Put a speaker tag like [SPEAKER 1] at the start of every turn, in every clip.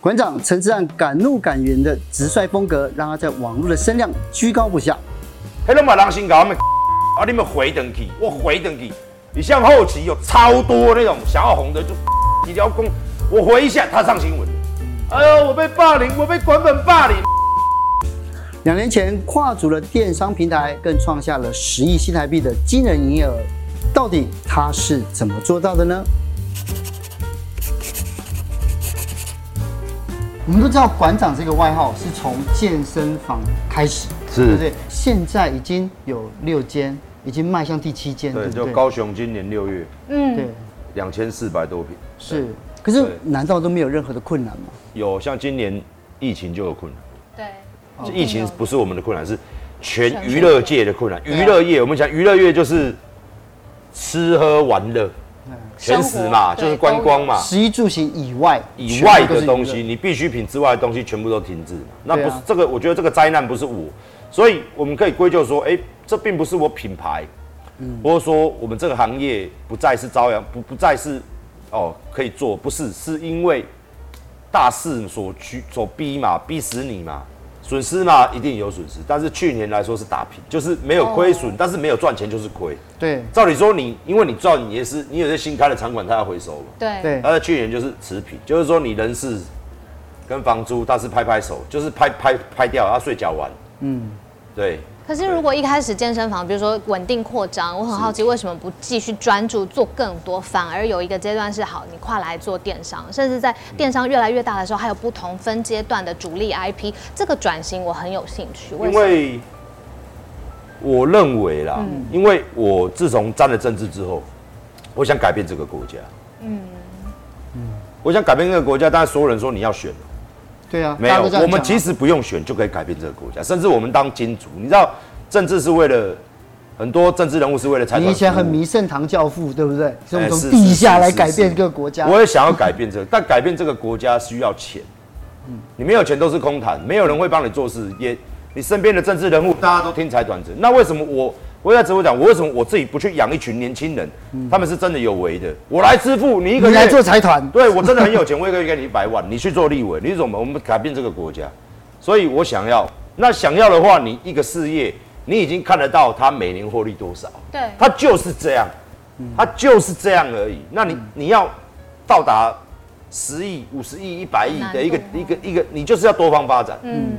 [SPEAKER 1] 馆长陈志汉敢怒敢言的直率风格，让他在网络的声量居高不下。
[SPEAKER 2] 黑龙马狼心搞他们， 啊，你们回等去，我回等去。你像后期有超多那种想要红的，就 你条公，我回一下，他上新闻。哎呦，我被霸凌，我被管粉霸凌。
[SPEAKER 1] 两年前跨足了电商平台，更创下了十亿新台币的惊人营业额。到底他是怎么做到的呢？我们都知道馆长这个外号是从健身房开始，
[SPEAKER 2] 是
[SPEAKER 1] 对不对？现在已经有六间，已经迈向第七间，对
[SPEAKER 2] 对，
[SPEAKER 1] 不
[SPEAKER 2] 就
[SPEAKER 1] 对？
[SPEAKER 2] 高雄今年六月
[SPEAKER 3] 嗯
[SPEAKER 1] 对，
[SPEAKER 2] 两千四百多平，
[SPEAKER 1] 是。可是
[SPEAKER 2] 对
[SPEAKER 1] 难道都没有任何的困难吗？
[SPEAKER 2] 有像今年疫情就有困难，
[SPEAKER 3] 对，
[SPEAKER 2] 这疫情不是我们的困难，是全娱乐界的困难。娱乐业，我们讲娱乐业就是吃喝玩乐，全食嘛，
[SPEAKER 3] 生活对
[SPEAKER 2] 就是观光嘛。
[SPEAKER 1] 食衣住行以外，
[SPEAKER 2] 啊以外
[SPEAKER 1] 全部都
[SPEAKER 2] 的
[SPEAKER 1] 是
[SPEAKER 2] 东
[SPEAKER 1] 娱
[SPEAKER 2] 西，
[SPEAKER 1] 乐，
[SPEAKER 2] 你必需品之外的东西全部都停滞嘛。那
[SPEAKER 1] 对啊
[SPEAKER 2] 不是这个，我觉得这个灾难不是我，所以我们可以归咎说，哎、这并不是我品牌，
[SPEAKER 1] 嗯
[SPEAKER 2] 或者说我们这个行业不再是朝阳，不不再是哦可以做，不是，是因为大势所趋所逼嘛，逼死你嘛。损失嘛，一定有损失，但是去年来说是打平，就是没有亏
[SPEAKER 1] 哦
[SPEAKER 2] 损，但是没有赚钱就是亏。
[SPEAKER 1] 对
[SPEAKER 2] 照理说你，因为你赚，你也是你有些新开的场馆，它要回收嘛。
[SPEAKER 3] 对，
[SPEAKER 1] 对
[SPEAKER 2] 他的去年就是持平，就是说你人事跟房租，他是拍拍手，就是拍拍拍掉，他睡觉完。嗯，对，
[SPEAKER 3] 可是如果一开始健身房，比如说稳定扩张，我很好奇为什么不继续专注做更多，反而有一个阶段是好，你跨来做电商，甚至在电商越来越大的时候，还有不同分阶段的主力 IP，这个转型我很有兴趣。
[SPEAKER 2] 因
[SPEAKER 3] 什么
[SPEAKER 2] 为我认为啦，
[SPEAKER 3] 嗯
[SPEAKER 2] 因为我自从沾了政治之后，我想改变这个国家。嗯我想改变这个国家，但是所有人说你要选，
[SPEAKER 1] 对啊，
[SPEAKER 2] 没
[SPEAKER 1] 大家
[SPEAKER 2] 有
[SPEAKER 1] 都这样，
[SPEAKER 2] 我
[SPEAKER 1] 讲
[SPEAKER 2] 们
[SPEAKER 1] 啊
[SPEAKER 2] 其实不用选就可以改变这个国家，甚至我们当金主，你知道，政治是为了很多政治人物是为了财团。
[SPEAKER 1] 你以前很迷圣堂教父，对不对？所以我们从
[SPEAKER 2] 哎是
[SPEAKER 1] 地
[SPEAKER 2] 是
[SPEAKER 1] 下
[SPEAKER 2] 是
[SPEAKER 1] 来
[SPEAKER 2] 是
[SPEAKER 1] 改
[SPEAKER 2] 是
[SPEAKER 1] 变这个国家。
[SPEAKER 2] 我也想要改变这个， 但改变这个国家需要钱。
[SPEAKER 1] 嗯
[SPEAKER 2] 你没有钱都是空谈，没有人会帮你做事，也你身边的政治人物大家都听财团子。那为什么我我在直播讲，我为什么我自己不去养一群年轻人？他们是真的有为的，我来支付你一个
[SPEAKER 1] 嗯你
[SPEAKER 2] 月
[SPEAKER 1] 来做财团，
[SPEAKER 2] 对我真的很有钱，我一个月给你一百万，你去做立委，你怎么我们改变这个国家？所以我想要，那想要的话，你一个事业，你已经看得到它每年获利多少，
[SPEAKER 3] 对
[SPEAKER 2] 它就是这样，它就是这样而已。那你你要到达十亿、五十亿、一百亿的一个
[SPEAKER 3] 难度
[SPEAKER 2] 一个一个，你就是要多方发展。啊嗯，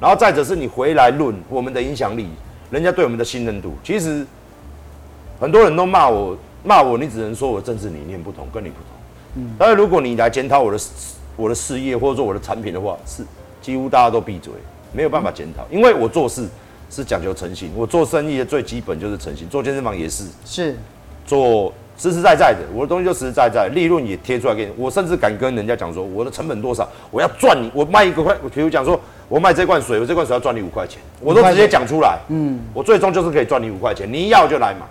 [SPEAKER 2] 然后再者是你回来论我们的影响力，人家对我们的信任度，其实很多人都骂我，骂我，你只能说我政治理念不同，跟你不同。嗯，但是如果你来检讨我的事我的事业或者说我的产品的话，是几乎大家都闭嘴，没有办法检讨，因为我做事是讲究诚信，我做生意的最基本就是诚信，做健身房也是，
[SPEAKER 1] 是
[SPEAKER 2] 做实实在在的，我的东西就实实在在，利润也贴出来给你。我甚至敢跟人家讲说，我的成本多少，我要赚你，我卖一个块，我比如讲说，我卖这罐水，我这罐水要赚你五块钱，我都直接讲出来。嗯，我最终就是可以赚你五块钱，你要就来买，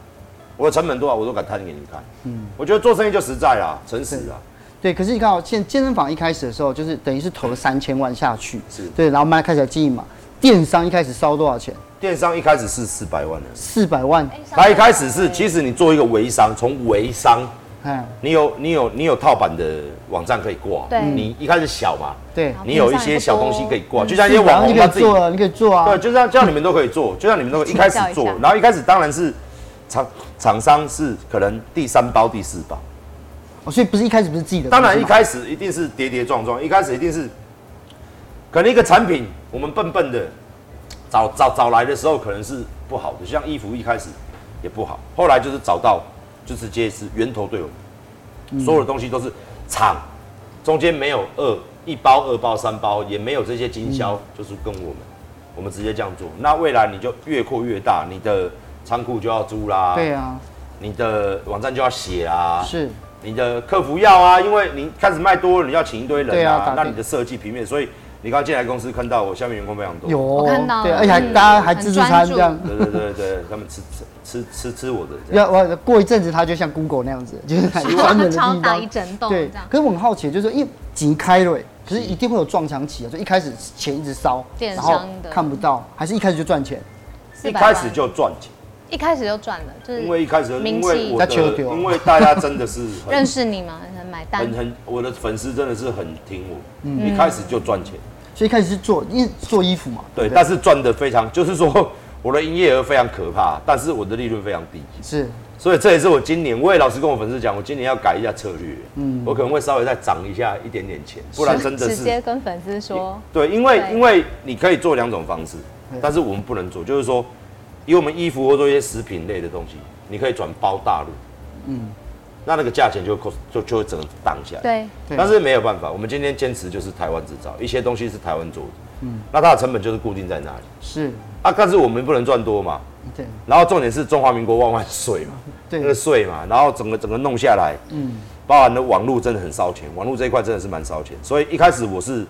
[SPEAKER 2] 我的成本多少我都敢摊给你看。嗯，我觉得做生意就实在啦，诚实啦。
[SPEAKER 1] 对，可是你看哦，现健身房一开始的时候，就是等于是投了三千万下去，
[SPEAKER 2] 是
[SPEAKER 1] 对，然后慢慢开始来经营嘛。电商一开始烧多少钱？
[SPEAKER 2] 电商一开始是四百万的，
[SPEAKER 1] 四百万，
[SPEAKER 3] 哎
[SPEAKER 2] 他一开始是，其实你做一个微商，从微商，
[SPEAKER 1] 哎，
[SPEAKER 2] 你有你有你有套版的网站可以挂，
[SPEAKER 3] 对
[SPEAKER 2] 你一开始小嘛，
[SPEAKER 1] 对，
[SPEAKER 2] 你有一些小东西可以挂，就像一些
[SPEAKER 1] 400
[SPEAKER 2] 网
[SPEAKER 1] 万
[SPEAKER 2] 红
[SPEAKER 1] 你
[SPEAKER 2] 他
[SPEAKER 1] 可
[SPEAKER 2] 自
[SPEAKER 1] 以
[SPEAKER 2] 己
[SPEAKER 1] 做，你可以做啊
[SPEAKER 2] 对，，就像这样你们都可以做，就像你们都可以一开始
[SPEAKER 3] 请教
[SPEAKER 2] 做
[SPEAKER 3] 一下，
[SPEAKER 2] 然后一开始当然是厂厂商是可能第三包、第四包，
[SPEAKER 1] 哦所以不是一开始不是自己的，
[SPEAKER 2] 当然一
[SPEAKER 1] 是吗
[SPEAKER 2] 开始一定是跌跌撞撞，一开始一定是可能一个产品我们笨笨的，找找找来的时候可能是不好的，像衣服一开始也不好，后来就是找到就直接是源头对我们，所有的东西都是厂，中间没有二一包、二包、三包，也没有这些经销，就是跟我们。我们直接这样做，那未来你就越扩越大，你的仓库就要租啦，
[SPEAKER 1] 对啊，
[SPEAKER 2] 你的网站就要写啊，
[SPEAKER 1] 是
[SPEAKER 2] 你的客服要啊，因为你开始卖多了，你要请一堆
[SPEAKER 1] 对
[SPEAKER 2] 人
[SPEAKER 1] 啊
[SPEAKER 2] 啊，
[SPEAKER 1] 打
[SPEAKER 2] 那
[SPEAKER 1] 拼
[SPEAKER 2] 你的设计平面，所以你刚进来公司看到我下面员工非常多，
[SPEAKER 1] 有，
[SPEAKER 3] 看到了
[SPEAKER 1] 对，而且还
[SPEAKER 3] 嗯
[SPEAKER 1] 大家还自助餐
[SPEAKER 3] 很专注
[SPEAKER 1] 这样。
[SPEAKER 2] 对对对对，他们吃吃吃吃吃我的这样，
[SPEAKER 1] 要我过一阵子，他就像 Google 那样子， 就是很专门的地
[SPEAKER 3] 超
[SPEAKER 1] 方，
[SPEAKER 3] 大一整栋
[SPEAKER 1] 对
[SPEAKER 3] 这样，
[SPEAKER 1] 可是我很好奇，就是说因为急开了，可是一定会有撞墙期啊，就一开始钱一直烧，
[SPEAKER 3] 电
[SPEAKER 1] 然后
[SPEAKER 3] 商的
[SPEAKER 1] 看不到，还是一开始就赚钱，
[SPEAKER 3] 四
[SPEAKER 2] 一
[SPEAKER 3] 百
[SPEAKER 2] 开
[SPEAKER 3] 万
[SPEAKER 2] 始就赚钱，
[SPEAKER 3] 一开始就赚了，就是
[SPEAKER 2] 因为一开始
[SPEAKER 3] 名
[SPEAKER 2] 因为
[SPEAKER 3] 气
[SPEAKER 2] 我的
[SPEAKER 1] 在秋丢
[SPEAKER 2] 因为大家真的是很
[SPEAKER 3] 认识你嘛，买单
[SPEAKER 2] 很很我的粉丝真的是很听我，一开始就赚钱，
[SPEAKER 1] 所以一开始是做，因为做衣服嘛，
[SPEAKER 2] 对，
[SPEAKER 1] 不
[SPEAKER 2] 但是赚的非常，就是说我的营业额非常可怕，但是我的利润非常低，
[SPEAKER 1] 是
[SPEAKER 2] 所以这也是我今年，我也老实跟我粉丝讲，我今年要改一下策略，嗯，我可能会稍微再涨一下一点点钱，不然真的
[SPEAKER 3] 直接
[SPEAKER 2] 是
[SPEAKER 3] 跟粉丝说，
[SPEAKER 2] 对，因为
[SPEAKER 3] 对
[SPEAKER 2] 因为你可以做两种方式，但是我们不能做，就是说以我们衣服或做一些食品类的东西，你可以转包大陆，嗯，那那个价钱就就就会整个荡下来，
[SPEAKER 3] 对，
[SPEAKER 1] 对
[SPEAKER 2] 但是没有办法，我们今天坚持就是台湾制造，一些东西是台湾做的，嗯，那它的成本就是固定在那里
[SPEAKER 1] 是，
[SPEAKER 2] 啊，但是我们不能赚多嘛，
[SPEAKER 1] 对
[SPEAKER 2] 然后重点是中华民国万万岁嘛，那个
[SPEAKER 1] 对
[SPEAKER 2] 税嘛，然后整个整个弄下来，嗯，包含的网络真的很烧钱，网络这一块真的是蛮烧钱，所以一开始我是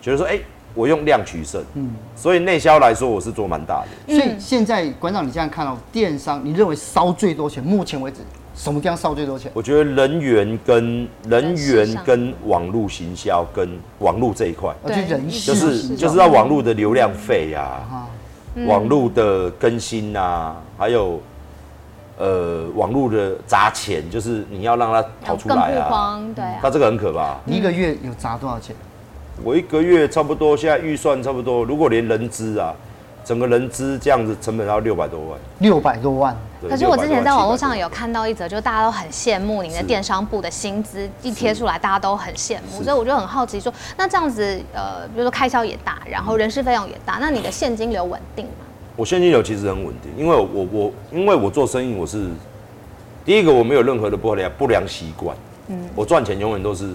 [SPEAKER 2] 觉得说，哎、我用量取胜，嗯，所以内销来说我是做蛮大的，
[SPEAKER 1] 所
[SPEAKER 3] 嗯
[SPEAKER 1] 以现在馆长，你这样看到、电商，你认为烧最多钱？目前为止，什么地方烧最多钱？
[SPEAKER 2] 我觉得人员跟人
[SPEAKER 3] 人事
[SPEAKER 2] 员
[SPEAKER 3] 上
[SPEAKER 2] 跟网络行销跟网络这一块，
[SPEAKER 1] 而且
[SPEAKER 3] 对
[SPEAKER 1] 人
[SPEAKER 2] 就
[SPEAKER 1] 事
[SPEAKER 2] 是啊
[SPEAKER 1] 上
[SPEAKER 2] 就是要网络的流量费呀、啊，网络的更新啊，还有呃网络的砸钱，就是你要让它跑
[SPEAKER 3] 更
[SPEAKER 2] 出
[SPEAKER 3] 不
[SPEAKER 2] 来啊。
[SPEAKER 3] 慌，对啊
[SPEAKER 2] 那，这个很可怕。
[SPEAKER 1] 你一个月有砸多少钱？
[SPEAKER 2] 我一个月差不多，现在预算差不多，如果连人资啊，整个人资这样子成本要六百多万。
[SPEAKER 1] 六百多万，
[SPEAKER 2] 对
[SPEAKER 3] 可是我之前在网络上
[SPEAKER 2] 700
[SPEAKER 3] 有看到一则，就大家都很羡慕你的
[SPEAKER 2] 是
[SPEAKER 3] 电商部的薪资一贴出来，大家都很羡慕，所以我就很好奇说，那这样子呃，比如说开销也大，然后人事费用也大，那你的现金流稳定吗？
[SPEAKER 2] 我现金流其实很稳定，因为我我我因为我做生意，我是第一个我没有任何的不良不良习惯，
[SPEAKER 1] 嗯
[SPEAKER 2] 我赚钱永远都是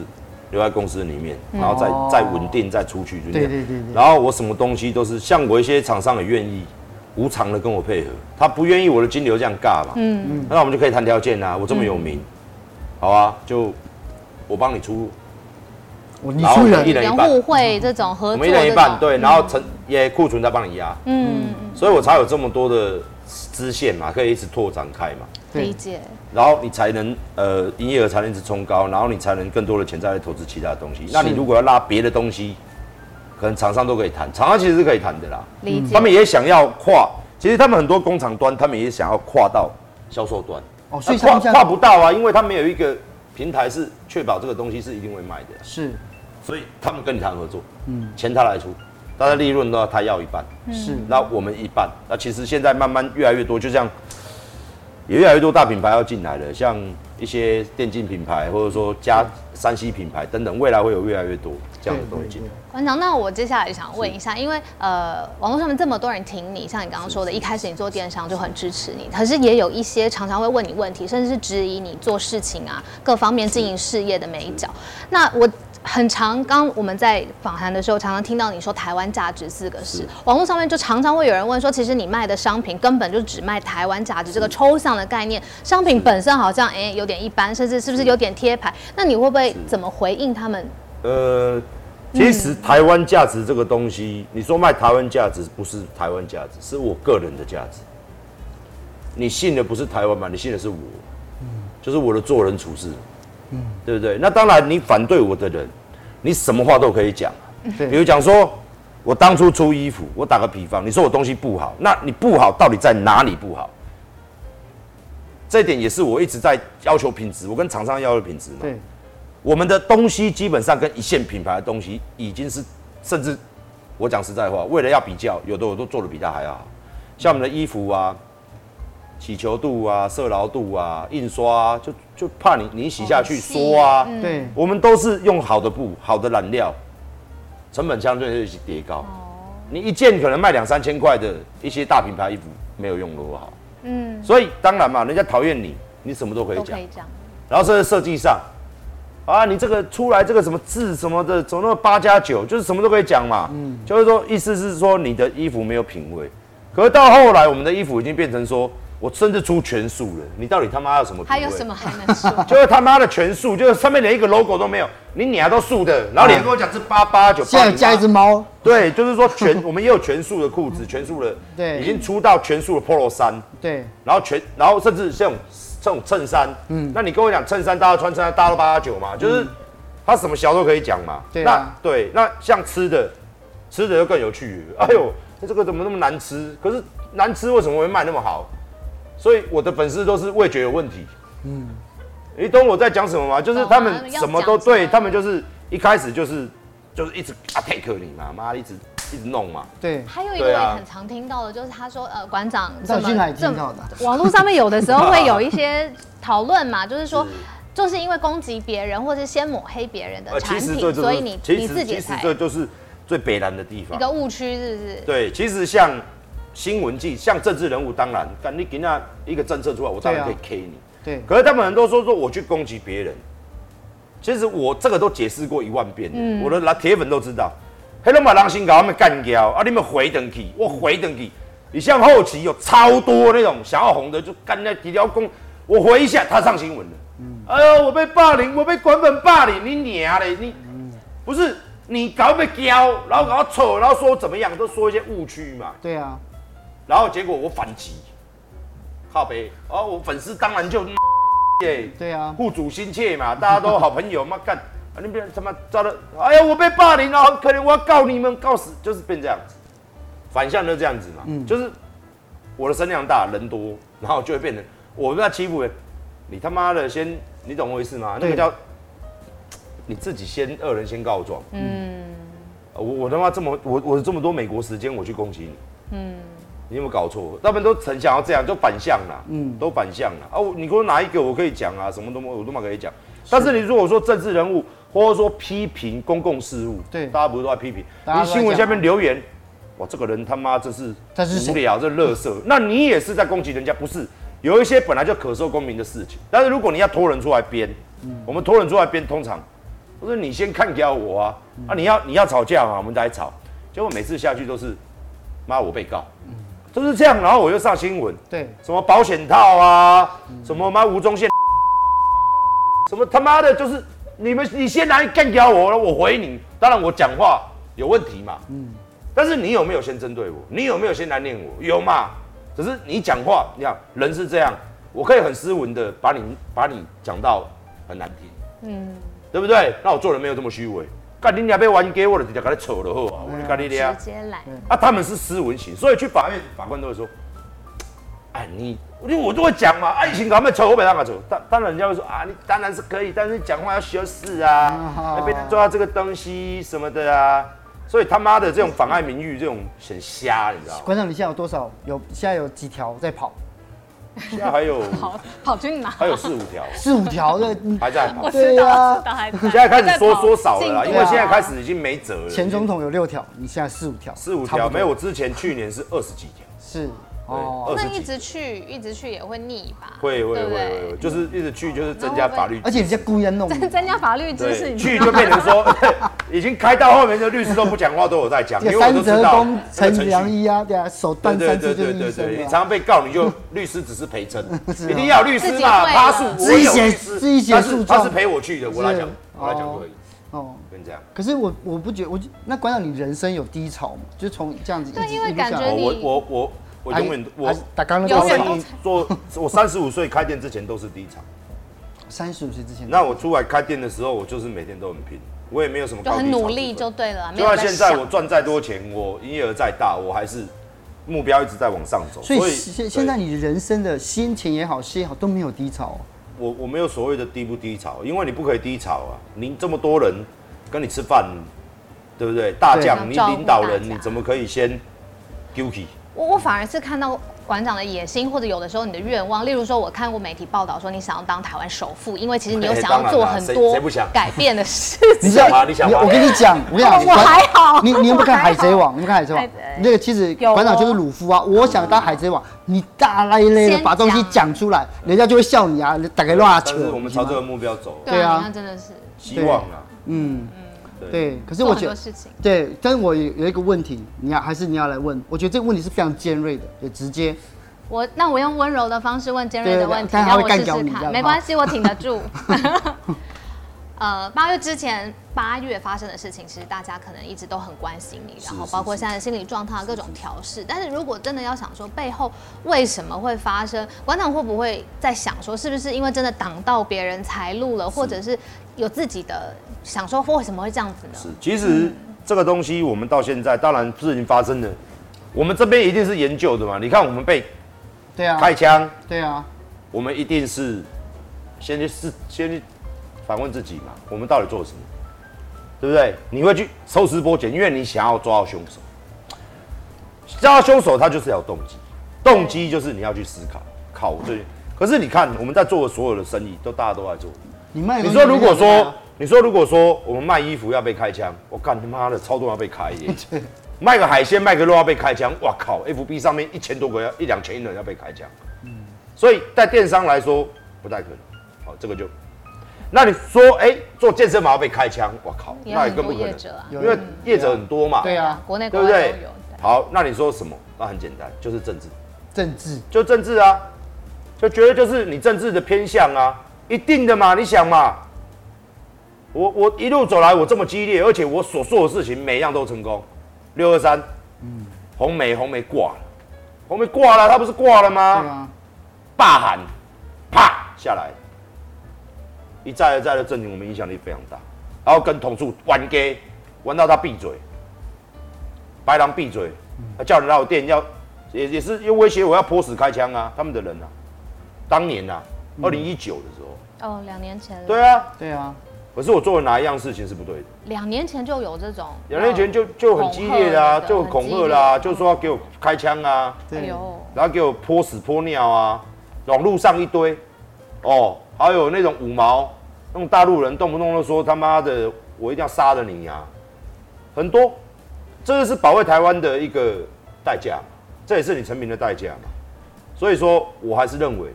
[SPEAKER 2] 留在公司里面，然后再、
[SPEAKER 1] 哦
[SPEAKER 2] 再稳定再出去，就这样。
[SPEAKER 1] 对对对对
[SPEAKER 2] 然后我什么东西都是像我一些厂商也愿意无偿的跟我配合，他不愿意我的金流这样尬嘛，嗯，那我们就可以谈条件啊，我这么
[SPEAKER 1] 嗯
[SPEAKER 2] 有名，好啊，就我帮你出，
[SPEAKER 1] 我你
[SPEAKER 2] 然后
[SPEAKER 1] 出
[SPEAKER 2] 一
[SPEAKER 1] 人
[SPEAKER 2] 人
[SPEAKER 3] 人
[SPEAKER 2] 一半
[SPEAKER 3] 互惠这种合
[SPEAKER 2] 我
[SPEAKER 3] 作，
[SPEAKER 2] 们一人一半，，
[SPEAKER 1] 嗯
[SPEAKER 2] 对，然后成也库存再帮你压，
[SPEAKER 3] 嗯，
[SPEAKER 2] 所以我才有这么多的支线嘛，可以一直拓展开嘛，
[SPEAKER 3] 理解，
[SPEAKER 2] 然后你才能呃营业额才能一直冲高，然后你才能更多的钱再来投资其他的东西。那你如果要拉别的东西，可能厂商都可以谈，厂商其实是可以谈的啦，
[SPEAKER 3] 理解
[SPEAKER 2] 他们也想要跨，其实他们很多工厂端，他们也想要跨到销售端，
[SPEAKER 1] 哦，所以
[SPEAKER 2] 那跨
[SPEAKER 1] 像这
[SPEAKER 2] 跨不
[SPEAKER 1] 样
[SPEAKER 2] 到啊，因为他们有一个平台是确保这个东西是一定会卖的，
[SPEAKER 1] 是
[SPEAKER 2] 所以他们跟你谈合作，嗯，钱他来出，但是利润呢他要一半，
[SPEAKER 1] 是
[SPEAKER 2] 那我们一半。那其实现在慢慢越来越多，就像也越来越多大品牌要进来了，像一些电竞品牌，或者说加山西品牌等等，未来会有越来越多这样的东西进来。
[SPEAKER 3] 馆长，那我接下来想问一下，因为呃，网络上面这么多人挺你，像你刚刚说的，一开始你做电商就很支持你，可是也有一些常常会问你问题，甚至是质疑你做事情啊各方面经营事业的每一角。那我很常刚我们在访谈的时候，常常听到你说台湾价值四个字，网络上面就常常会有人问说，其实你卖的商品根本就只卖台湾价值这个抽象的概念，商品本身好像哎、有点一般，甚至是不是有点贴牌？那你会不会怎么回应他们？
[SPEAKER 2] 呃，其实台湾价值这个东西，你说卖台湾价值不是台湾价值，是我个人的价值。你信的不是台湾嘛，你信的是我，就是我的做人处事，对不对？那当然，你反对我的人，你什么话都可以讲啊，
[SPEAKER 1] 对
[SPEAKER 2] 比如讲说，我当初出衣服，我打个比方，你说我东西不好，那你不好到底在哪里不好？这一点也是我一直在要求品质，我跟厂商要求品质嘛。
[SPEAKER 1] 对
[SPEAKER 2] 我们的东西基本上跟一线品牌的东西已经是，甚至我讲实在话，为了要比较，有的我都做的比他还要好。像我们的衣服啊，起球度啊、色牢度啊、印刷啊，就就怕你你洗下去
[SPEAKER 3] 哦细
[SPEAKER 2] 缩啊。
[SPEAKER 1] 对
[SPEAKER 2] 我们都是用好的布、好的染料，成本相对就叠高。你一件可能卖两三千块的一些大品牌衣服，没有用的我好。嗯，所以当然嘛，人家讨厌你，你什么都可以
[SPEAKER 3] 都
[SPEAKER 2] 讲
[SPEAKER 3] 可。以这样。
[SPEAKER 2] 然后这是设计上，啊，你这个出来这个什么字什么的，总么八加九，就是什么都可以讲嘛。嗯，就是说意思是说你的衣服没有品味，可是到后来我们的衣服已经变成说，我甚至出全素了，你到底他妈有什么品味？
[SPEAKER 3] 还有什么还能 说？
[SPEAKER 2] 就是他妈的全素，就是上面连一个 logo 都没有，你俩都素的，然后你还跟我讲是八八九，
[SPEAKER 1] 现在有加一只猫，
[SPEAKER 2] 对，就是说全， 我们也有全素的裤子，全素的，
[SPEAKER 1] 对
[SPEAKER 2] 已经出到全素的 polo 衫，
[SPEAKER 1] 对
[SPEAKER 2] 然后全，然后甚至像这种衬衫，嗯，那你跟我讲衬衫，大家穿衬衫，大家都八加九嘛，就是他什么小都可以讲嘛。
[SPEAKER 1] 对啊
[SPEAKER 2] 那对，那像吃的，吃的就更有趣了。哎呦，这个怎么那么难吃？可是难吃为什么会卖那么好？所以我的粉丝都是味觉有问题。嗯，你懂我在讲什么吗？就是他
[SPEAKER 3] 懂啊
[SPEAKER 2] 们
[SPEAKER 3] 要
[SPEAKER 2] 什么都
[SPEAKER 3] 讲什
[SPEAKER 2] 对，
[SPEAKER 3] 么
[SPEAKER 2] 他们就是一开始就是就是一直 attack 你嘛，妈一直一直弄嘛。
[SPEAKER 1] 对，
[SPEAKER 3] 还有一个我
[SPEAKER 2] 对
[SPEAKER 3] 也
[SPEAKER 2] 啊
[SPEAKER 3] 很常听到的，就是他说，呃，馆长
[SPEAKER 1] 赵
[SPEAKER 3] 这
[SPEAKER 1] 俊海
[SPEAKER 3] 么
[SPEAKER 1] 听
[SPEAKER 3] 这
[SPEAKER 1] 到
[SPEAKER 3] 么，
[SPEAKER 1] 的，
[SPEAKER 3] 网络上面有的时候会有一些讨论嘛，就 是说
[SPEAKER 2] 是，
[SPEAKER 3] 就是因为攻击别人或是先抹黑别人的
[SPEAKER 2] 呃，
[SPEAKER 3] 产
[SPEAKER 2] 其实
[SPEAKER 3] 品，
[SPEAKER 2] 这就是
[SPEAKER 3] 所以你
[SPEAKER 2] 其
[SPEAKER 3] 你
[SPEAKER 2] 实
[SPEAKER 3] 自己
[SPEAKER 2] 其实
[SPEAKER 3] 才
[SPEAKER 2] 这就是最北南的地
[SPEAKER 3] 一
[SPEAKER 2] 方。
[SPEAKER 3] 个误区，是不是？
[SPEAKER 2] 对，其实像新闻记，像政治人物，当然，但你给那一个政策出来，我当然可
[SPEAKER 1] 对
[SPEAKER 2] 以
[SPEAKER 1] 啊
[SPEAKER 2] K 你。
[SPEAKER 1] 对，
[SPEAKER 2] 可是他们很多说说我去攻击别人，其实我这个都解释过一万遍了，我的老铁粉都知道。黑龙马狼心搞他们干掉啊！你们回等去，我回等去。你像后期有超多那种想要红的，就干那几条公，我回一下他上新闻了。哎呦，我被霸凌，我被管粉霸凌，你娘嘞！你不是你搞被教，然后搞丑，然后说怎么样，都说一些误区嘛。
[SPEAKER 1] 对啊，
[SPEAKER 2] 然后结果我反击，靠北，哦，我粉丝当然就 耶，
[SPEAKER 1] 对啊
[SPEAKER 2] 互主心切嘛，大家都好朋友嘛， 干，啊你们他妈遭了，哎呀，我被霸凌了，好可怜，我要告你们，告死，就是变这样子，反向就这样子嘛，
[SPEAKER 1] 嗯
[SPEAKER 2] 就是我的声量大，人多，然后就会变成我在欺负人，你他妈的先，你懂我意思吗？那
[SPEAKER 1] 对
[SPEAKER 2] 个叫你自己先恶人先告状，嗯，我我他妈这么我我这么多美国时间我去攻击你。你有没有搞错？他们都很想要这样，就反向啦，嗯，都反向啦。啊，我你给我哪一个我可以讲啊，什么都我都嘛可以讲。但是你如果说政治人物，或者说批评公共事务，
[SPEAKER 1] 对
[SPEAKER 2] 大家不是都在批评？
[SPEAKER 1] 大家
[SPEAKER 2] 你
[SPEAKER 1] 都在
[SPEAKER 2] 新闻
[SPEAKER 1] 讲啊
[SPEAKER 2] 下面留言，哇，这个人他妈真是
[SPEAKER 1] 他是谁嗯
[SPEAKER 2] 无聊，这乐色。那你也是在攻击人家，不是？有一些本来就可受公民的事情，但是如果你要拖人出来编，
[SPEAKER 1] 嗯
[SPEAKER 2] 我们拖人出来编，通常不是你先看掉我啊，
[SPEAKER 1] 嗯
[SPEAKER 2] 啊，你要你要吵架嘛，我们来吵。结果每次下去都是，妈我被告，
[SPEAKER 1] 嗯
[SPEAKER 2] 都是这样，然后我又上新闻，
[SPEAKER 1] 对，
[SPEAKER 2] 什么保险套啊，什么妈吴宗宪，什么他妈的，就是你们你先来干掉我，然后我回你。当然我讲话有问题嘛，嗯，但是你有没有先针对我？你有没有先来念我？有嘛？只是你讲话，你看人是这样，我可以很斯文的把你把你讲到很难听，嗯，对不对？那我做人没有这么虚伪。干你俩被玩给我了，直接给他扯了后啊！我就跟你俩
[SPEAKER 3] 直接来，
[SPEAKER 2] 啊，他们是斯文型，所以去法院法官都会说，哎，你因为我都会讲嘛，爱情搞咩丑，我没办法丑。当当然人家会说啊，你当然是可以，但是讲话要修饰啊，
[SPEAKER 1] 啊
[SPEAKER 2] 要被抓到这个东西什么的啊。所以他妈的这种妨碍名誉，这种很瞎，你知 道吗？
[SPEAKER 1] 馆长，你现在有多少？有现在有几条在跑？
[SPEAKER 2] 现在还有
[SPEAKER 3] 跑跑去哪？
[SPEAKER 2] 还有四五 条
[SPEAKER 1] 四五 条的，嗯
[SPEAKER 2] 还在跑
[SPEAKER 3] 我，知
[SPEAKER 1] 对啊
[SPEAKER 3] 道，知道还在
[SPEAKER 2] 现在开始说
[SPEAKER 3] 还在跑
[SPEAKER 2] 说少了啦，
[SPEAKER 3] 进
[SPEAKER 2] 因
[SPEAKER 3] 度
[SPEAKER 2] 为现在开始已经没辙了。
[SPEAKER 1] 前总统有六条，你现在四五条，
[SPEAKER 2] 四五
[SPEAKER 1] 差
[SPEAKER 2] 条
[SPEAKER 1] 不多
[SPEAKER 2] 没有，我之前去年是二十几条，
[SPEAKER 1] 是
[SPEAKER 2] 二
[SPEAKER 1] 哦，
[SPEAKER 2] 十
[SPEAKER 3] 那
[SPEAKER 2] 几
[SPEAKER 3] 一直去一直去也会腻吧？
[SPEAKER 2] 会会
[SPEAKER 3] 对
[SPEAKER 2] 会
[SPEAKER 3] 不对
[SPEAKER 2] 会，会就是一直去就是增加法律
[SPEAKER 1] 而且人家故意在弄你，
[SPEAKER 3] 增增加法律知识，
[SPEAKER 2] 对，
[SPEAKER 3] 你
[SPEAKER 2] 去就
[SPEAKER 3] 知道吗
[SPEAKER 2] 变成说， 已经开到后面的律师都不讲话，都有在讲，
[SPEAKER 1] 这
[SPEAKER 2] 因为
[SPEAKER 1] 个
[SPEAKER 2] 我都
[SPEAKER 1] 三
[SPEAKER 2] 知
[SPEAKER 1] 折
[SPEAKER 2] 道
[SPEAKER 1] 弓
[SPEAKER 2] 这个
[SPEAKER 1] 成良
[SPEAKER 2] 程序。
[SPEAKER 1] 医啊，对啊，手
[SPEAKER 2] 对
[SPEAKER 1] 断
[SPEAKER 2] 对
[SPEAKER 1] 三
[SPEAKER 2] 对
[SPEAKER 1] 次就
[SPEAKER 2] 对
[SPEAKER 1] 是
[SPEAKER 2] 对
[SPEAKER 1] 医
[SPEAKER 2] 对，你
[SPEAKER 1] 生
[SPEAKER 2] 常
[SPEAKER 1] 了。
[SPEAKER 2] 常被告，你就律师只是陪衬，
[SPEAKER 1] 是啊
[SPEAKER 2] 一定要有律师嘛，
[SPEAKER 3] 自己会了
[SPEAKER 2] 趴树，我
[SPEAKER 1] 自己写
[SPEAKER 2] 有律
[SPEAKER 1] 自
[SPEAKER 2] 师
[SPEAKER 1] 己写
[SPEAKER 2] 他是
[SPEAKER 1] 诉状
[SPEAKER 2] 他是陪我去的，我来讲
[SPEAKER 1] 是，
[SPEAKER 2] 我来讲
[SPEAKER 1] 哦
[SPEAKER 2] 而已，
[SPEAKER 1] 哦，
[SPEAKER 2] 跟这样。
[SPEAKER 1] 可是我我不觉我就那馆长，你人生有低潮吗？就从这样子一直
[SPEAKER 3] 对因为
[SPEAKER 1] 一路下来
[SPEAKER 3] 感觉
[SPEAKER 2] 哦
[SPEAKER 3] 你
[SPEAKER 2] 我我我我
[SPEAKER 1] 还
[SPEAKER 2] 永远我
[SPEAKER 1] 还打刚刚那
[SPEAKER 3] 永
[SPEAKER 1] 个
[SPEAKER 3] 远
[SPEAKER 2] 生
[SPEAKER 1] 生
[SPEAKER 3] 都
[SPEAKER 1] 意
[SPEAKER 2] 意做，我三十五岁开店之前都是低潮，
[SPEAKER 1] 三十五岁之前，
[SPEAKER 2] 那我出来开店的时候，我就是每天都很拼，我也没有什么
[SPEAKER 3] 就
[SPEAKER 2] 高低
[SPEAKER 3] 很
[SPEAKER 2] 潮
[SPEAKER 3] 努
[SPEAKER 2] 之
[SPEAKER 3] 力
[SPEAKER 2] 分
[SPEAKER 3] 就对了，没
[SPEAKER 2] 就
[SPEAKER 3] 有
[SPEAKER 2] 算
[SPEAKER 3] 在
[SPEAKER 2] 现在
[SPEAKER 3] 想
[SPEAKER 2] 我赚再多钱，我营业额再大，我还是目标一直在往上走。
[SPEAKER 1] 所以现现在
[SPEAKER 2] 对
[SPEAKER 1] 你人生的心情也好，事业也好都没有低潮哦，
[SPEAKER 2] 我我没有所谓的低不低潮，因为你不可以低潮啊！你这么多人跟你吃饭，对不对？大将
[SPEAKER 3] 对
[SPEAKER 2] 你
[SPEAKER 3] 照顾
[SPEAKER 2] 领导人，
[SPEAKER 3] 大家
[SPEAKER 2] 你怎么可以先丢弃？
[SPEAKER 3] 我我反而是看到馆长的野心，或者有的时候你的愿望，例如说，我看过媒体报道说你想要当台湾首富，因为其实你有
[SPEAKER 2] 哎
[SPEAKER 3] 想要
[SPEAKER 2] 当
[SPEAKER 3] 做
[SPEAKER 2] 然啦
[SPEAKER 3] 很
[SPEAKER 2] 谁
[SPEAKER 3] 多
[SPEAKER 2] 谁不想
[SPEAKER 3] 改变的事
[SPEAKER 1] 你
[SPEAKER 3] 情。
[SPEAKER 1] 知道
[SPEAKER 2] 想啊吗你想吗
[SPEAKER 1] 我跟你 讲，我跟你讲，
[SPEAKER 3] 我还好
[SPEAKER 1] 你你有没有看《
[SPEAKER 3] 我还
[SPEAKER 1] 海
[SPEAKER 3] 好
[SPEAKER 1] 贼王》？你有没有看《海贼王
[SPEAKER 3] 海》贼
[SPEAKER 1] 那个其实
[SPEAKER 3] 哎有哦
[SPEAKER 1] 馆长就是鲁夫啊。我想当海贼王，你大咧咧的
[SPEAKER 3] 先
[SPEAKER 1] 把东西讲出来，人家就会笑你啊，打个乱
[SPEAKER 2] 但
[SPEAKER 1] 球。
[SPEAKER 2] 是我们朝这个目标走，
[SPEAKER 1] 对啊
[SPEAKER 3] 那真的是
[SPEAKER 2] 希望啊，
[SPEAKER 1] 嗯，
[SPEAKER 2] 对
[SPEAKER 1] 对。可是
[SPEAKER 3] 做
[SPEAKER 1] 我
[SPEAKER 3] 很
[SPEAKER 1] 觉
[SPEAKER 3] 多
[SPEAKER 1] 得
[SPEAKER 3] 事情。
[SPEAKER 1] 对，但是我有有一个问题，你要还是你要来问？我觉得这个问题是非常尖锐的，也直接。
[SPEAKER 3] 我那我用温柔的方式问尖锐
[SPEAKER 1] 对
[SPEAKER 3] 的问题，
[SPEAKER 1] 但他
[SPEAKER 3] 让
[SPEAKER 1] 会
[SPEAKER 3] 我
[SPEAKER 1] 干
[SPEAKER 3] 试
[SPEAKER 1] 掉
[SPEAKER 3] 试
[SPEAKER 1] 你这样
[SPEAKER 3] 看，没关系，我挺得 住。呃，八月之前，八月发生的事情，其实大家可能一直都很关心你，然后包括现在的心理状态各种调试。但是如果真的要想说背后为什么会发生，馆长会不会在想说，是不是因为真的挡到别人财路了，或者是有自己的想说为什么会这样子
[SPEAKER 2] 是
[SPEAKER 3] 呢？，
[SPEAKER 2] 其实这个东西我们到现在，当然事情发生了，我们这边一定是研究的嘛。你看我们被
[SPEAKER 1] 对啊，
[SPEAKER 2] 开枪，
[SPEAKER 1] 对啊，
[SPEAKER 2] 我们一定是先去是先去反问自己嘛，我们到底做了什么，对不对？你会去抽丝剥茧，因为你想要抓到凶手，抓到凶手他就是要有动机，动机就是你要去思考，考我最近。可是你看我们在做的所有的生意，都大家都在做。
[SPEAKER 1] 你卖
[SPEAKER 2] 你说如果说
[SPEAKER 1] 啊，
[SPEAKER 2] 你说如果说我们卖衣服要被开枪，我干他妈的超多要被开 耶！卖个海鲜，卖个肉要被开枪，哇靠！FB 上面一千多个要一两千人要被开枪，所以在电商来说不太可能。好，这个就，那你说，哎、做健身房要被开枪，哇靠，
[SPEAKER 3] 也有
[SPEAKER 2] 那也
[SPEAKER 3] 很
[SPEAKER 2] 更
[SPEAKER 3] 多
[SPEAKER 2] 不可
[SPEAKER 3] 业
[SPEAKER 2] 能，
[SPEAKER 3] 者啊，
[SPEAKER 1] 有
[SPEAKER 2] 因为业者很多嘛，
[SPEAKER 1] 嗯对啊，
[SPEAKER 3] 国内
[SPEAKER 2] 对
[SPEAKER 3] 国
[SPEAKER 2] 不
[SPEAKER 3] 外
[SPEAKER 2] 对
[SPEAKER 3] 都有。？
[SPEAKER 2] 好，那你说什么？那很简单，就是政治。
[SPEAKER 1] 政治
[SPEAKER 2] 就政治啊，就绝对就是你政治的偏向啊，一定的嘛，你想嘛，我我一路走来我这么激烈，而且我所做的事情每样都成功，六二三，红梅红梅挂了，红梅挂了，他不是挂
[SPEAKER 1] 对
[SPEAKER 2] 了吗？
[SPEAKER 1] 啊，
[SPEAKER 2] 大喊，啪下来，一再一再的证明我们影响力非常大，然后跟同事玩 gay，玩到他闭嘴，白狼闭嘴，
[SPEAKER 3] 嗯
[SPEAKER 2] 他叫人来我店要，也也是又威胁我要泼死开枪啊，他们的人啊，当年啊，
[SPEAKER 3] 嗯
[SPEAKER 2] 二零一九的时候，
[SPEAKER 3] 哦，两年前了，
[SPEAKER 2] 对啊，
[SPEAKER 1] 对啊，
[SPEAKER 2] 可是我做的哪一样事情是不对的？
[SPEAKER 3] 两年前就有这种，
[SPEAKER 2] 两年前就就很激烈啦、
[SPEAKER 3] 恐吓的
[SPEAKER 2] 就很恐吓啦、就说要给我开枪啊，
[SPEAKER 3] 哎
[SPEAKER 1] 对，
[SPEAKER 3] 呦，
[SPEAKER 2] 然后给我泼屎泼尿啊，网路上一堆，哦，还有那种五毛，那种大陆人动不动就说他妈的我一定要杀了你啊，很多，这就是保卫台湾的一个代价，这也是你成名的代价嘛。所以说我还是认为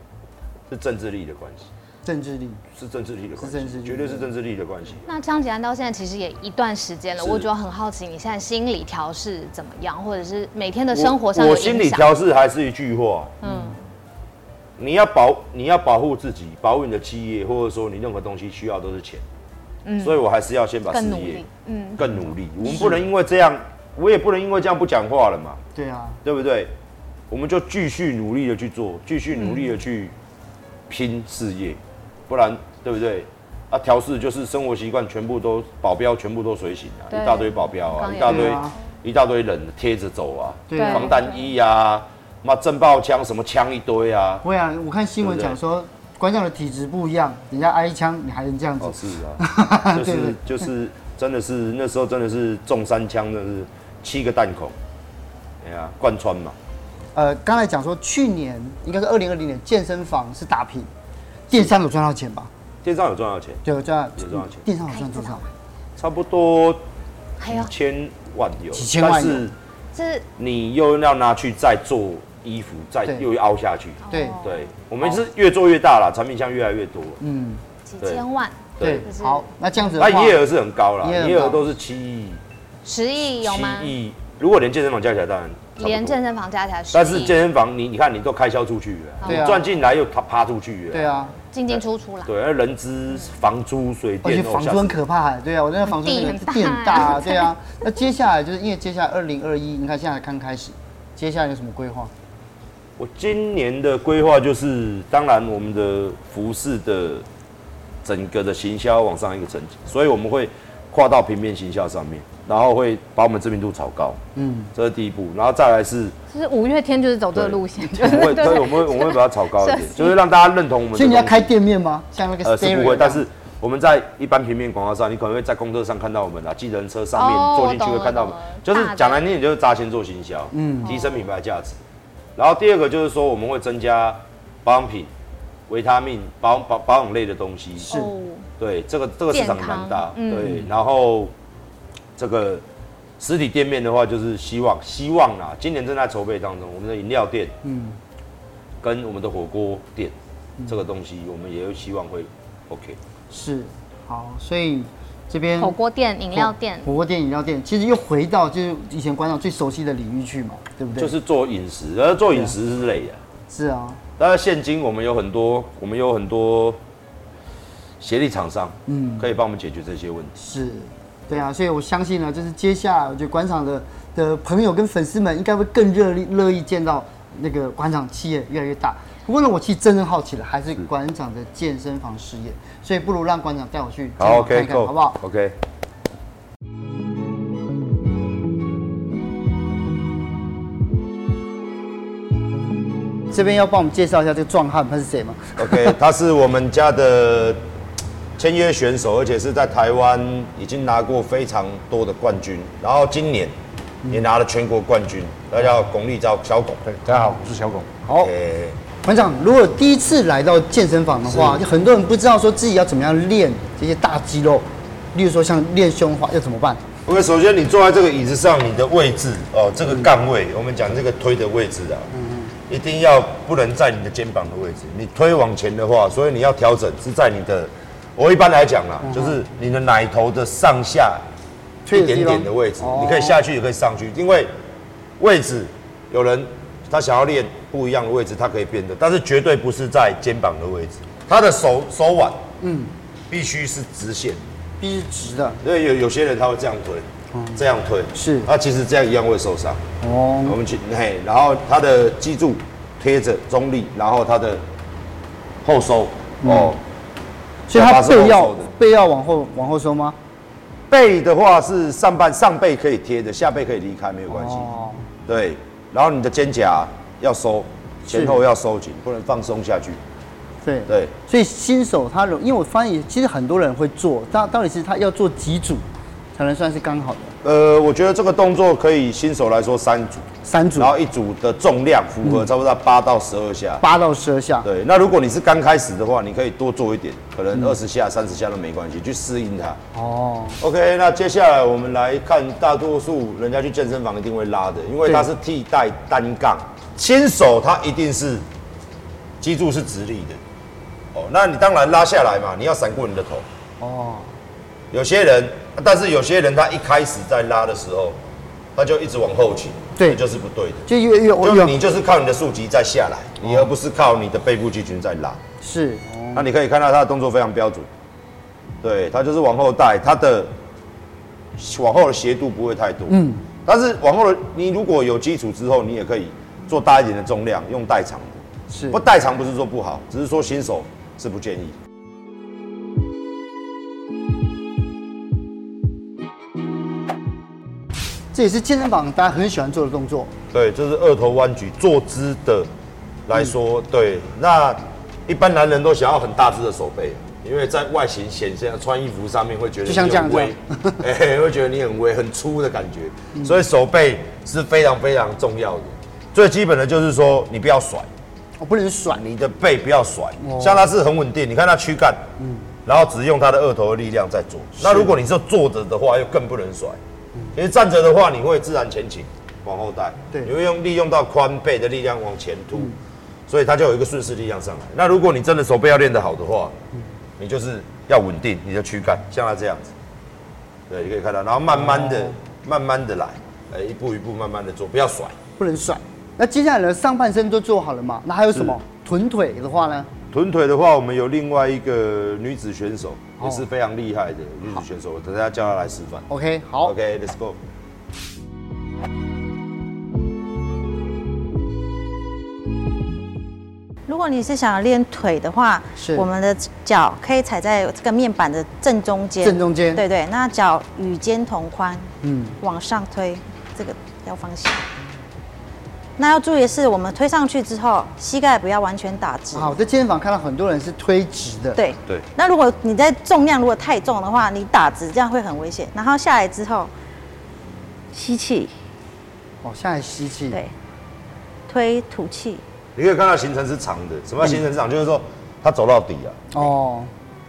[SPEAKER 2] 是政治力的关系，
[SPEAKER 1] 政治力，
[SPEAKER 2] 是政治力的关
[SPEAKER 1] 是政治
[SPEAKER 2] 系，
[SPEAKER 1] 力
[SPEAKER 2] 绝对是政治力的关系。
[SPEAKER 3] 那枪击案到现在其实也一段时间了，
[SPEAKER 2] 是
[SPEAKER 3] 我主要很好奇你现在心理调试怎么样，或者是每天的
[SPEAKER 2] 我
[SPEAKER 3] 生活上
[SPEAKER 2] 我
[SPEAKER 3] 有
[SPEAKER 2] 心
[SPEAKER 3] 影
[SPEAKER 2] 理
[SPEAKER 3] 响？
[SPEAKER 2] 调试还是一句话，
[SPEAKER 3] 嗯，
[SPEAKER 2] 你要保你要保护自己，保护你的企业，或者说你任何东西需要都是钱。所以我还是要先把事
[SPEAKER 3] 嗯更努
[SPEAKER 2] 业
[SPEAKER 3] 力，嗯，
[SPEAKER 2] 更努力。我们不能因为这样，我也不能因为这样不讲话了嘛，
[SPEAKER 1] 对啊，
[SPEAKER 2] 对不对？我们就继续努力的去做，继续努力的去拼事业，不然对不对？啊，调试就是生活习惯，全部都保镖，全部都随行啊，
[SPEAKER 3] 对
[SPEAKER 2] 一大堆保镖啊，
[SPEAKER 3] 刚
[SPEAKER 2] 一大堆
[SPEAKER 1] 对啊，
[SPEAKER 2] 一大堆人贴着走啊，
[SPEAKER 1] 对啊
[SPEAKER 2] 防弹衣啊，妈震爆枪什么枪一堆啊，
[SPEAKER 1] 我想我看新闻讲说，馆长的体质不一样，人家挨一枪你还能这样子
[SPEAKER 2] 哦，，是 啊，就
[SPEAKER 1] 对
[SPEAKER 2] 是就是，真的是那时候真的是中三枪，真的是七个弹孔，哎呀，贯穿嘛，
[SPEAKER 1] 呃，刚才讲说去年应该是二零二零年健身房是打平，电商有赚到钱吧？
[SPEAKER 2] 电商有赚到钱，
[SPEAKER 1] 对，有赚
[SPEAKER 2] 有赚到钱
[SPEAKER 1] 电商有赚
[SPEAKER 3] 哎
[SPEAKER 1] 多少？
[SPEAKER 2] 差不多
[SPEAKER 3] 还有
[SPEAKER 2] 几千万有，
[SPEAKER 1] 几千万有
[SPEAKER 2] 但是
[SPEAKER 3] 哎这是
[SPEAKER 2] 你又要拿去再做衣服，再
[SPEAKER 1] 对
[SPEAKER 2] 又凹下去，
[SPEAKER 1] 对
[SPEAKER 3] 哦
[SPEAKER 2] 对，我们是越做越大啦，产品项越来越多，
[SPEAKER 1] 嗯，
[SPEAKER 3] 几
[SPEAKER 2] 对
[SPEAKER 3] 千万，
[SPEAKER 1] 对
[SPEAKER 2] 对，
[SPEAKER 3] 就是
[SPEAKER 1] 好，那这样子的
[SPEAKER 2] 那
[SPEAKER 1] 话，
[SPEAKER 2] 营业额是很高啦，
[SPEAKER 1] 营业额
[SPEAKER 2] 营业额
[SPEAKER 1] 高
[SPEAKER 2] 都是七亿，
[SPEAKER 3] 十亿有
[SPEAKER 2] 七
[SPEAKER 3] 吗？
[SPEAKER 2] 亿，如果连健身房加起来，当然差不多
[SPEAKER 3] 连健身房加起来十亿，
[SPEAKER 2] 但是健身房你你看你都开销出去了，
[SPEAKER 1] 对
[SPEAKER 2] 你
[SPEAKER 1] 啊
[SPEAKER 2] 赚进来又趴趴出去了，
[SPEAKER 1] 对啊，
[SPEAKER 3] 进进出出啦，
[SPEAKER 2] 对，而人资、房租、水
[SPEAKER 1] 而且
[SPEAKER 2] 电，哦
[SPEAKER 1] 房租很可怕，对啊，我那个房租那
[SPEAKER 3] 地
[SPEAKER 1] 个
[SPEAKER 3] 很大
[SPEAKER 1] 地很大啊，对啊。那接下来就是因为接下来二零二一，你看现在才刚开始，接下来有什么规划？
[SPEAKER 2] 我今年的规划就是，当然我们的服饰的整个的行销往上一个层级，所以我们会跨到平面行销上面，然后会把我们知名度炒高，
[SPEAKER 1] 嗯，
[SPEAKER 2] 这是第一步，然后再来是
[SPEAKER 3] 就是五月天就是走这个
[SPEAKER 2] 对
[SPEAKER 3] 路线，就
[SPEAKER 2] 我
[SPEAKER 3] 是
[SPEAKER 2] 们会，
[SPEAKER 3] 对
[SPEAKER 2] 对，
[SPEAKER 3] 不
[SPEAKER 2] 我们会
[SPEAKER 3] 对？
[SPEAKER 2] 我们会把它炒高一
[SPEAKER 3] 设
[SPEAKER 2] 点，
[SPEAKER 3] 计
[SPEAKER 2] 就是让大家认同我们的东西。
[SPEAKER 1] 所以你要开店面吗？像那个
[SPEAKER 2] 呃
[SPEAKER 1] s t a
[SPEAKER 2] 是
[SPEAKER 1] r
[SPEAKER 2] 不会，但是我们在一般平面广告上，你可能会在公车上看到我们啊，计程车上面、
[SPEAKER 3] 哦
[SPEAKER 2] 坐进去
[SPEAKER 3] 懂
[SPEAKER 2] 会
[SPEAKER 3] 了
[SPEAKER 2] 看到我们
[SPEAKER 3] 懂了，
[SPEAKER 2] 就是
[SPEAKER 3] 大的
[SPEAKER 2] 讲难听点就是砸钱做行销，嗯，提升品牌价值。然后第二个就是说我们会增加保养品、维他命、保保保养类的东西，
[SPEAKER 1] 是
[SPEAKER 3] 哦
[SPEAKER 2] 对这个这个市场
[SPEAKER 3] 健康
[SPEAKER 2] 蛮大，
[SPEAKER 3] 嗯
[SPEAKER 2] 对，然后这个实体店面的话，就是希望希望啦，今年正在筹备当中，我们的饮料店，嗯，跟我们的火锅店、
[SPEAKER 1] 嗯
[SPEAKER 2] 这个东西，我们也有希望会 OK。
[SPEAKER 1] 是好，所以这边
[SPEAKER 3] 火锅店、饮料店，
[SPEAKER 1] 火锅店、饮料店，其实又回到就是以前馆长最熟悉的领域去嘛，对不对？
[SPEAKER 2] 就是做饮食，而做饮食是累的。
[SPEAKER 1] 是啊，
[SPEAKER 2] 当然，现今我们有很多，我们有很多协力厂商，嗯，可以帮我们解决这些问题。
[SPEAKER 1] 是，对啊，所以我相信呢，就是接下来，我觉得馆长的的朋友跟粉丝们应该会更热力乐意见到那个馆长企业越来越大。不过呢，我其实真正好奇的还是馆长的健身房事业，所以不如让馆长带我去健身
[SPEAKER 2] 好
[SPEAKER 1] 房看
[SPEAKER 2] ，OK，
[SPEAKER 1] 一看，好不好？
[SPEAKER 2] ？OK。
[SPEAKER 1] 这边要帮我们介绍一下这个壮汉他是谁吗？
[SPEAKER 2] OK，他是我们家的签约选手，而且是在台湾已经拿过非常多的冠军，然后今年也拿了全国冠军。他叫龚立钊，小龚。
[SPEAKER 4] 对，大家好，我是小巩。
[SPEAKER 1] 好，
[SPEAKER 2] 诶，
[SPEAKER 1] 馆长，如果第一次来到健身房的话，就很多人不知道说自己要怎么样练这些大肌肉，例如说像练胸的话要怎么办？
[SPEAKER 2] OK，首先你坐在这个椅子上，你的位置哦，这个杠位，我们讲这个推的位置啊，一定要不能在你的肩膀的位置。你推往前的话，所以你要调整是在你的，我一般来讲啦，就是你的奶头的上下
[SPEAKER 1] 推
[SPEAKER 2] 一
[SPEAKER 1] 的地
[SPEAKER 2] 点
[SPEAKER 1] 方
[SPEAKER 2] 点的位置，
[SPEAKER 1] 哦
[SPEAKER 2] 你可以下去也可以上去，因为位置有人他想要练不一样的位置，他可以变的，但是绝对不是在肩膀的位置。
[SPEAKER 1] 嗯
[SPEAKER 2] 他的手手腕，嗯，必须是直线，
[SPEAKER 1] 必须直的
[SPEAKER 2] 因为有有些人他会这样推，这样推
[SPEAKER 1] 哦是
[SPEAKER 2] 他其实这样一样会受伤。
[SPEAKER 1] 哦，
[SPEAKER 2] 我们去嘿，然后他的脊柱贴着中立，然后他的后收
[SPEAKER 1] 嗯
[SPEAKER 2] 哦，
[SPEAKER 1] 所以他
[SPEAKER 2] 下巴是
[SPEAKER 1] 背
[SPEAKER 2] 后
[SPEAKER 1] 要
[SPEAKER 2] 收的
[SPEAKER 1] 背要往后往后收吗？
[SPEAKER 2] 背的话是上半上背可以贴的，下背可以离开没有关系。
[SPEAKER 1] 哦，
[SPEAKER 2] 对，然后你的肩胛要收，
[SPEAKER 1] 是
[SPEAKER 2] 前后要收紧，不能放松下去。
[SPEAKER 1] 对
[SPEAKER 2] 对，
[SPEAKER 1] 所以新手他容，因为我发现也其实很多人会做，但到底是他要做几组才能算是刚好的
[SPEAKER 2] 呃，我觉得这个动作可以新手来说三组，
[SPEAKER 1] 三组
[SPEAKER 2] 然，后一组的重量符合差不多八到十二下。
[SPEAKER 1] 八到十二下。
[SPEAKER 2] 对，那如果你是刚开始的话，你可以多做一点，可能二十下、三十下都没关系，去适应它。
[SPEAKER 1] 哦，
[SPEAKER 2] OK，那接下来我们来看，大多数人家去健身房一定会拉的，因为它是替代单杠。新手他一定是脊柱是直立的，哦，那你当然拉下来嘛，你要闪过你的头。
[SPEAKER 1] 哦，
[SPEAKER 2] 有些人，但是有些人他一开始在拉的时候，他就一直往后倾，
[SPEAKER 1] 对
[SPEAKER 2] 这就是不对的。
[SPEAKER 1] 就越越
[SPEAKER 2] 就
[SPEAKER 1] 越
[SPEAKER 2] 你就是靠你的竖脊在下来，你而不是靠你的背部肌群在拉。
[SPEAKER 1] 是哦，
[SPEAKER 2] 那你可以看到他的动作非常标准，对他就是往后带，他的往后的斜度不会太多。嗯，但是往后的你如果有基础之后，你也可以做大一点的重量，用代偿的。
[SPEAKER 1] 是
[SPEAKER 2] 不过代偿不是说不好，只是说新手是不建议。
[SPEAKER 1] 这也是健身房大家很喜欢做的动作。
[SPEAKER 2] 对，这是二头弯举坐姿的
[SPEAKER 1] 嗯
[SPEAKER 2] 来说，对，那一般男人都想要很大只的手背，因为在外形显现穿衣服上面会觉得
[SPEAKER 1] 就像
[SPEAKER 2] 你
[SPEAKER 1] 这样嗯
[SPEAKER 2] 很
[SPEAKER 1] 子
[SPEAKER 2] 威， 哎、会觉得你很威很粗的感觉，所以手背是非常非常重要的。最基本的就是说，你不要甩，
[SPEAKER 1] 我不能甩，
[SPEAKER 2] 你的背不要甩
[SPEAKER 1] 哦，嗯
[SPEAKER 2] 像它是很稳定，你看它躯干，然后只用它的二头的力量在做。那如果你是坐着的话，又更不能甩。
[SPEAKER 1] 嗯
[SPEAKER 2] 其实站着的话，你会自然前倾，往后带，
[SPEAKER 1] 对嗯
[SPEAKER 2] 你会用利用到髋背的力量往前凸，所以它就有一个顺势力量上来。那如果你真的手背要练得好的话，
[SPEAKER 1] 嗯
[SPEAKER 2] 你就是要稳定你的躯干，像它这样子，对，你可以看到，然后慢慢
[SPEAKER 1] 哦
[SPEAKER 2] 的、慢慢的来，呃，一步一步慢慢的做，不要甩。
[SPEAKER 1] 不能甩。那接下来呢，上半身都做好了嘛？那还有什么臀腿的话呢？
[SPEAKER 2] 臀腿的话，我们有另外一个女子选手，
[SPEAKER 1] 哦
[SPEAKER 2] 也是非常厉害的女子选手，等下叫她来示范。
[SPEAKER 1] OK，好
[SPEAKER 2] OK，Let's go。
[SPEAKER 5] 如果你是想要练腿的话，
[SPEAKER 1] 是
[SPEAKER 5] 我们的脚可以踩在这个面板的正中间，
[SPEAKER 1] 正中间
[SPEAKER 5] 对对，那脚与肩同宽，
[SPEAKER 1] 嗯
[SPEAKER 5] 嗯，往上推，这个要放心。那要注意的是，我们推上去之后，膝盖不要完全打直。
[SPEAKER 1] 好，在健身房看到很多人是推直的，，
[SPEAKER 5] 对
[SPEAKER 2] 对
[SPEAKER 5] 那如果你在重量如果太重的话，你打直这样会很危险。然后下来之后，吸气，
[SPEAKER 1] 哦，下来吸气，
[SPEAKER 5] 对，推吐气，
[SPEAKER 2] 你可以看到行程是长的，什么叫行程
[SPEAKER 1] 嗯
[SPEAKER 2] 是长？就是说她走到底啊。
[SPEAKER 1] 哦，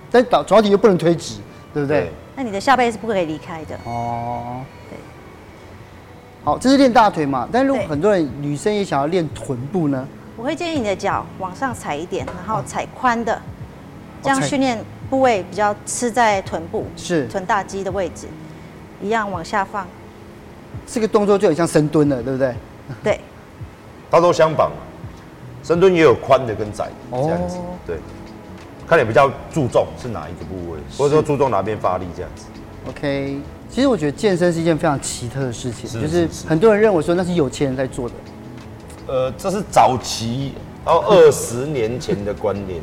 [SPEAKER 1] 但倒脚底又不能推直，对不对？
[SPEAKER 5] 那你的下背是不可以离开的。
[SPEAKER 1] 哦，
[SPEAKER 5] 对。
[SPEAKER 1] 好，这是练大腿嘛？但如果
[SPEAKER 5] 对
[SPEAKER 1] 很多人女生也想要练臀部呢？
[SPEAKER 5] 我会建议你的脚往上踩一点，然后踩宽的，这
[SPEAKER 1] 哦
[SPEAKER 5] 样
[SPEAKER 1] 踩
[SPEAKER 5] 训练部位比较吃在臀部，
[SPEAKER 1] 是
[SPEAKER 5] 臀大肌的位置，一样往下放，
[SPEAKER 1] 这个动作就很像深蹲了，对不对？
[SPEAKER 5] 对，
[SPEAKER 2] 它都相绑嘛，深蹲也有宽的跟窄的这样子
[SPEAKER 1] 哦，
[SPEAKER 2] 对，看你比较注重是哪一个部位，或者说注重哪边发力这样子。
[SPEAKER 1] OK，其实我觉得健身是一件非常奇特的事情，
[SPEAKER 2] 是
[SPEAKER 1] 就是
[SPEAKER 2] 是是
[SPEAKER 1] 很多人认为说那是有钱人在做的，
[SPEAKER 2] 呃，这是早期，然后二十年前的观念，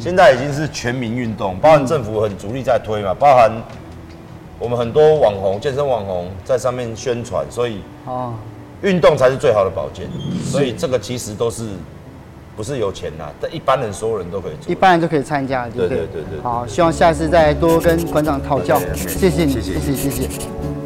[SPEAKER 2] 现在已经是全民运动，包含政府很主力在推嘛，包含我们很多网红、健身网红在上面宣传，所以
[SPEAKER 1] 哦，
[SPEAKER 2] 运动才是最好的保健，所以这个其实都是不是有钱呐，但一般人所有人都可以做
[SPEAKER 1] 一。般人都可以参加，对不对？
[SPEAKER 2] 对对对对对
[SPEAKER 1] 好，希望下次再多跟馆长讨教
[SPEAKER 2] 对对。对
[SPEAKER 1] 谢谢你，
[SPEAKER 2] 谢谢
[SPEAKER 1] 谢谢，谢谢。